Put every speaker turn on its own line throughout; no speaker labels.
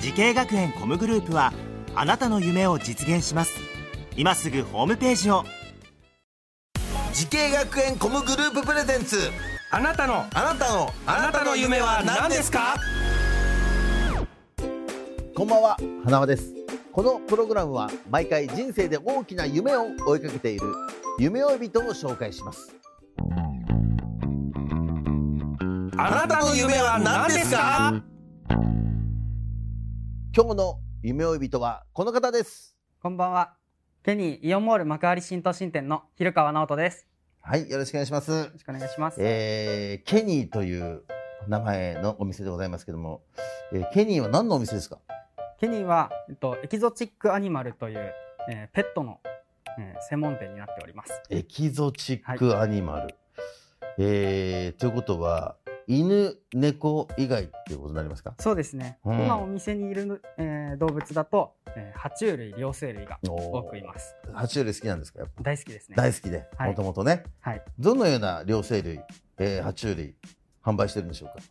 時系学園コムグループはあなたの夢を実現します今すぐホームページを
時系学園コムグループプレゼンツ
あなたの
あなたの
あなたの夢は何ですか
こんばんは、花輪です。このプログラムは毎回人生で大きな夢を追いかけている夢追い人を紹介します。
あなたの夢は何ですか
今日の夢追い人はこの方です。
こんばんは。ペニーイオンモール幕張新都心店の広川直人です。
はい、よろしくお願いします
よろ。しくお願いします。
えー、ケニーという名前のお店でございますけども、えーケニーは何のお店ですか
ケニーは、えっと、エキゾチックアニマルという、えーペットの、えー専門店になっております。
エキゾチックアニマル。えー、ということは、犬、猫以外っていうことになりますか
そうですね。
うん
今お店にいる、えー動物だと、えー爬虫類、両生類が多
お
くいます。
ー爬虫類好きなんですかやっぱ
大好きですね。
大好きで、
はい
もともとね、
はい
どのような両生類、えー爬虫類販売してるんでしょうか、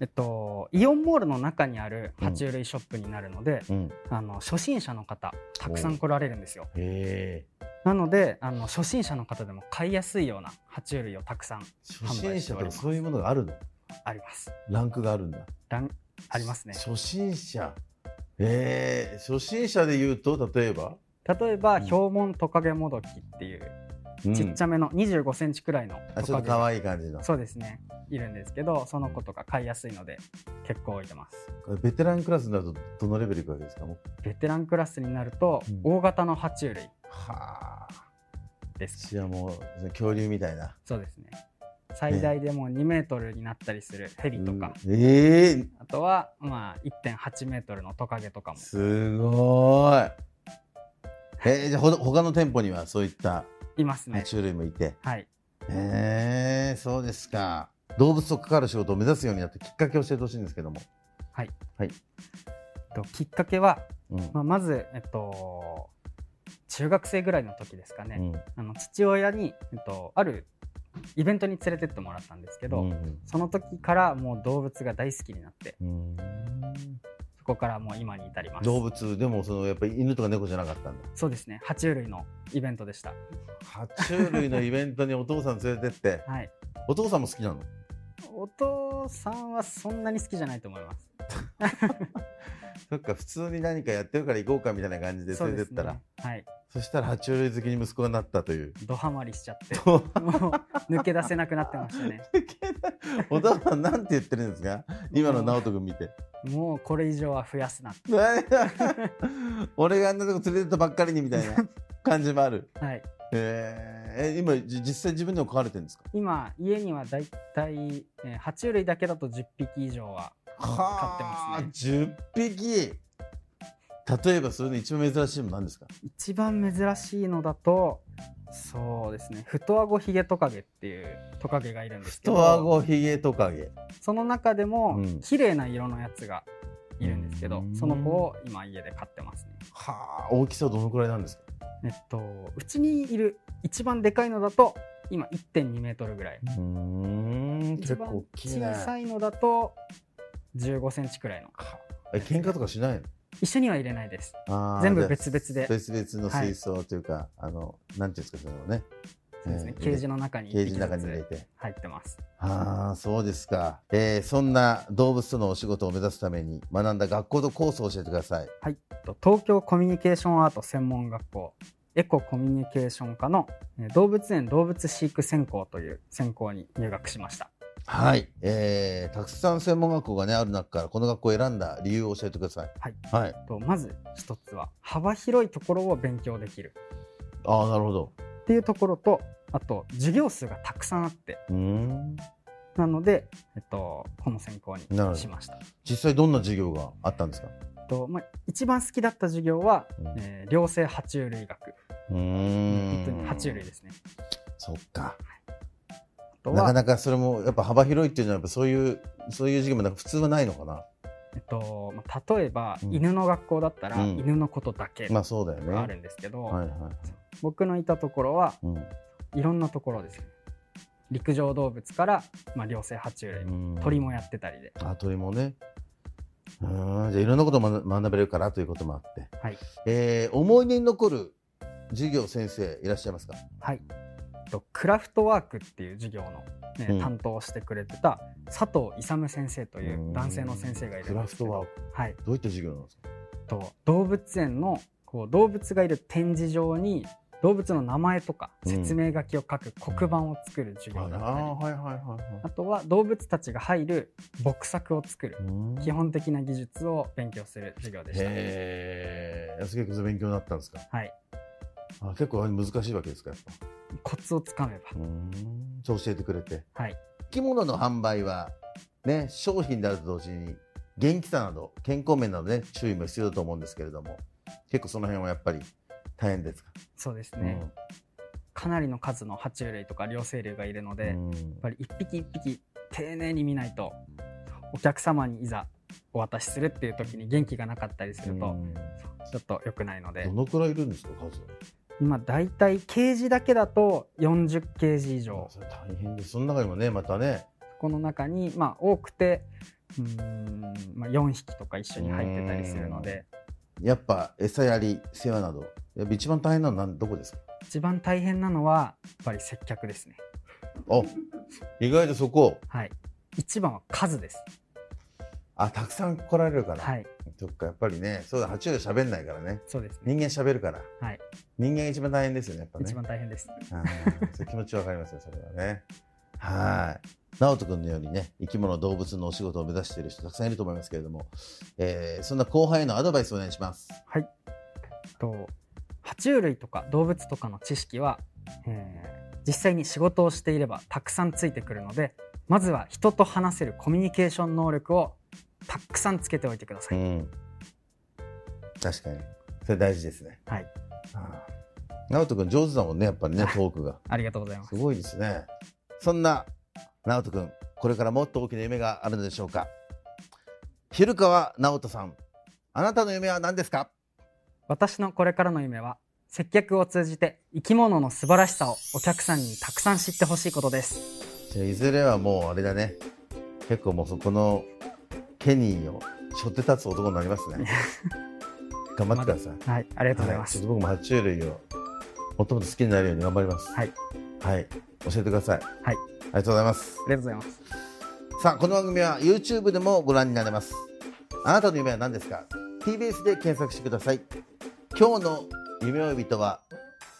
えっと、イオンモールの中にある爬虫類ショップになるので、
うん、
あの、初心者の方、たくさん来られるんですよ。
へえ
なので、あの、初心者の方でも買いやすいような爬虫類をたくさん
初心者とかそういうものがあるの
あります。
ランクがあるんだ
ランありますね。
初心者えー、初心者で言うと例えば、
例えば、ヒョウモントカゲモドキっていう、
うん
ちっちゃめの25センチくらいの
あち
ト
ょっと
カゲ
可
が
愛い感じの
そうですねいるんですけどその子とか飼いやすいので結構置いてます
これベテランクラスになるとどのレベルいくわけですかもう
ベテランクラスになると、
うん
大型の爬虫類
はあ
です
私はもう恐竜みたいな
そうですね最大でも2メートルになったりするヘビとか、
うんえー、
あとはまあ1.8メートルのトカゲとかも
すごーいえー、じゃあほど他の店舗にはそういった
います
爬
ね
虫類もいて、
はい
へえそうですか動物と関わる仕事を目指すようになったきっかけを教えてほしいんですけども、
ときっかけは、
うん
まあ、まずえっと中学生ぐらいの時ですかね、
うん
あの父親に、えっと、あるイベントに連れてってもらったんですけど、
うん
その時からもう動物が大好きになって
うん
そこからもう今に至ります
動物でもそのやっぱり犬とか猫じゃなかったんだ
そうですね爬虫類のイベントでした
爬虫類のイベントにお父さん連れてって
はい
お父さんも好きなの
お父さんはそんなに好きじゃないと思います
そっか普通に何かやってるから行こうかみたいな感じで
そう
連れ
で
て
す
っ
ね
たらそ,、
はい
したら爬虫類好きに息子がなったという
ドハマりしちゃって
と
もう抜け出せなくなってましたね
お父さんなんて言ってるんですか今の直人君見て
もうこれ以上は増やすな
俺があんなとこ連れてったばっかりにみたいな感じもある
はい
えー、え今じ実際自分でも飼われてるんですか
今家にはだいたい、えー爬虫類だけだと10匹以上は飼ってます
す
ね
ね10匹例えばそれの一番珍しいの何ですか
一番珍しいのだとそうですね太あごヒゲトカゲっていうトカゲがいるんですけど
とあごひげトカゲ
その中でも、
うん
綺麗な色のやつがいるんですけど、
うん
その子を今家で飼ってますね
はあ大きさはどのくらいなんですか
えっとうちにいる一番でかいのだと今1.2メートルぐらい
うん
一
結
番
構大きいね
小さいのだと15センチくらいの
え喧嘩とかしないの
一緒には入れないです
あー
全部
じゃあ
別々で
別々の水槽というか、あのなんていうんですかそのね
そうですね、
えー
ケージの中に
ケー
1
ジ
匹
の中
ず
に入れ
つ
て
入ってます
ああそうですか、えー、そんな動物とのお仕事を目指すために学んだ学校とコースを教えてください
と東京コミュニケーションアート専門学校エココミュニケーション科のえー動物園動物飼育専攻という専攻に入学しました
はい、えー、たくさん専門学校がねある中からこの学校を選んだ理由を教えてください。
はい、
はい、
とまず一つは幅広いところを勉強できる
ああなるほど。
っていうところとあと授業数がたくさんあって
うーん。
なので、えっと、この専攻に
なるほど
しました
実際どんな授業があったんですか。
とまあ、一番好きだった授業は、
うん
えー両生爬虫類学
う
本当
ー
に
ん。
爬虫類ですね
そっか。
あと
なか
は、
なかそれもやっぱ幅広いっていうのはやっぱそういうそういう授業もなんか普通はないのかな。
えっとまあ、例えば、
うん
犬の学校だったら、
うん
犬のことだけ
まあそうだよね。
があるんですけど、
はいは。
僕のいたところはい
うん。
いろんなところです陸上動物から、まあ、両生爬虫類、
うん
鳥もやってたりで
あ鳥もねうーんじゃあいろんなことを学学べるからということもあって、
はい
えー思い出に残る授業先生いらっしゃいますか
はい、えっとクラフトワークっていう授業の、ね
うん
担当をしてくれてた佐藤勇先生という男性の先生がいる
ク
ん
ラ
です
フト
けど
ワーク
はい、
どういった授業なんですか
と動物園のこう動物がいる展示場に動物の名前とか
うん
説明書きを書く黒板を作る授業だったり、
いはいはい
あとは動物たちが入る牧作を作る
はい
基本的な技術を勉強する授業でした。
へえすげえ勉強になったんですか
はい、
あ結構難しいわけですかやっぱ
コツをつかめば、
うーんそう教えてくれて
はい、
着物の販売はね商品であると同時に元気さなど健康面などね注意も必要だと思うんですけれども結構その辺はやっぱり大変ですか
そうですね、かなりの数の爬虫類とか両生類がいるので、
う
やっ
ん
ぱり一匹一匹丁寧に見ないとお客様にいざお渡しするっていう時に元気がなかったりする
う
と
ん
ちょっと良くないので、
どのくらいいるんですか数
今だいたいケージだけだと40ケージ以上
それ大変ですその中にもねまたね
この中にまあ多くてうーん、まあ、4匹とか一緒に入ってたりするので
やっぱ餌やり世話などやっぱ一番大変なのは何どこですか
一番大変なのはやっぱり接客ですね
あ意外とそこ
はい一番は数です
あたくさん来られるから、
はい
そっかやっぱりねそうだ爬虫類喋んないからね
そうですね
人間喋るから、
はい
人間が一番大変ですよねやっぱね
一番大変です
あーそう気持ちわかりますよ、それはね。はい。直人君のようにね、生き物、動物のお仕事を目指している人たくさんいると思いますけれども、えーそんな後輩へのアドバイスをお願いします。
はいと爬虫類とか動物とかの知識は、えー実際に仕事をしていればたくさんついてくるのでまずは人と話せるコミュニケーション能力をたくさんつけておいてください、
ん。確かに。それ大事ですね。
はい
あー。直人君上手だもんね、やっぱりね、トークが。
ありがとうございます
すごいですね。そんな直人君、これからもっと大きな夢があるのでしょうか。昼川直人さん、あなたの夢は何ですか
私のこれからの夢は接客を通じて生き物の素晴らしさをお客さんにたくさん知ってほしいことです
じゃあいずれはもうあれだね結構もうそこのケニーを背負って立つ男になります ね頑張ってください、
はいありがとうございま
は
す、
ちょっと僕も爬虫類をもっともっと好きになるように頑張ります
はい、
はい、教えてください
はい
ありがとうございます
ありがとうございます
さあこの番組は YouTube でもご覧になれますあなたの夢は何ですか TBS で検索してください今日の夢追い人は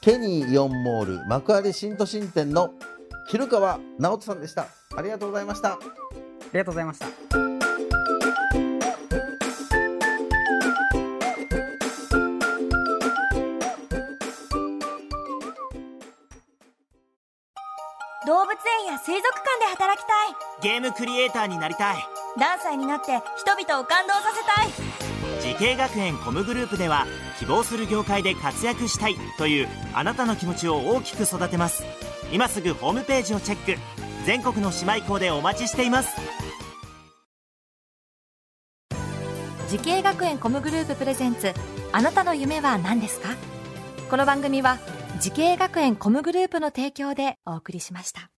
ケニーイオンモール幕張新都心店の昼川直人さんでしたありがとうございました
ありがとうございました
動物園や水族館で働きたい
ゲームクリエイターになりたい
何歳になって人々を感動させたい
時系学園コムグループでは希望する業界で活躍したいというあなたの気持ちを大きく育てます今すぐホームページをチェック全国の姉妹校でお待ちしています
時系学園コムグループプレゼンツあなたの夢は何ですかこの番組は時系学園コムグループの提供でお送りしました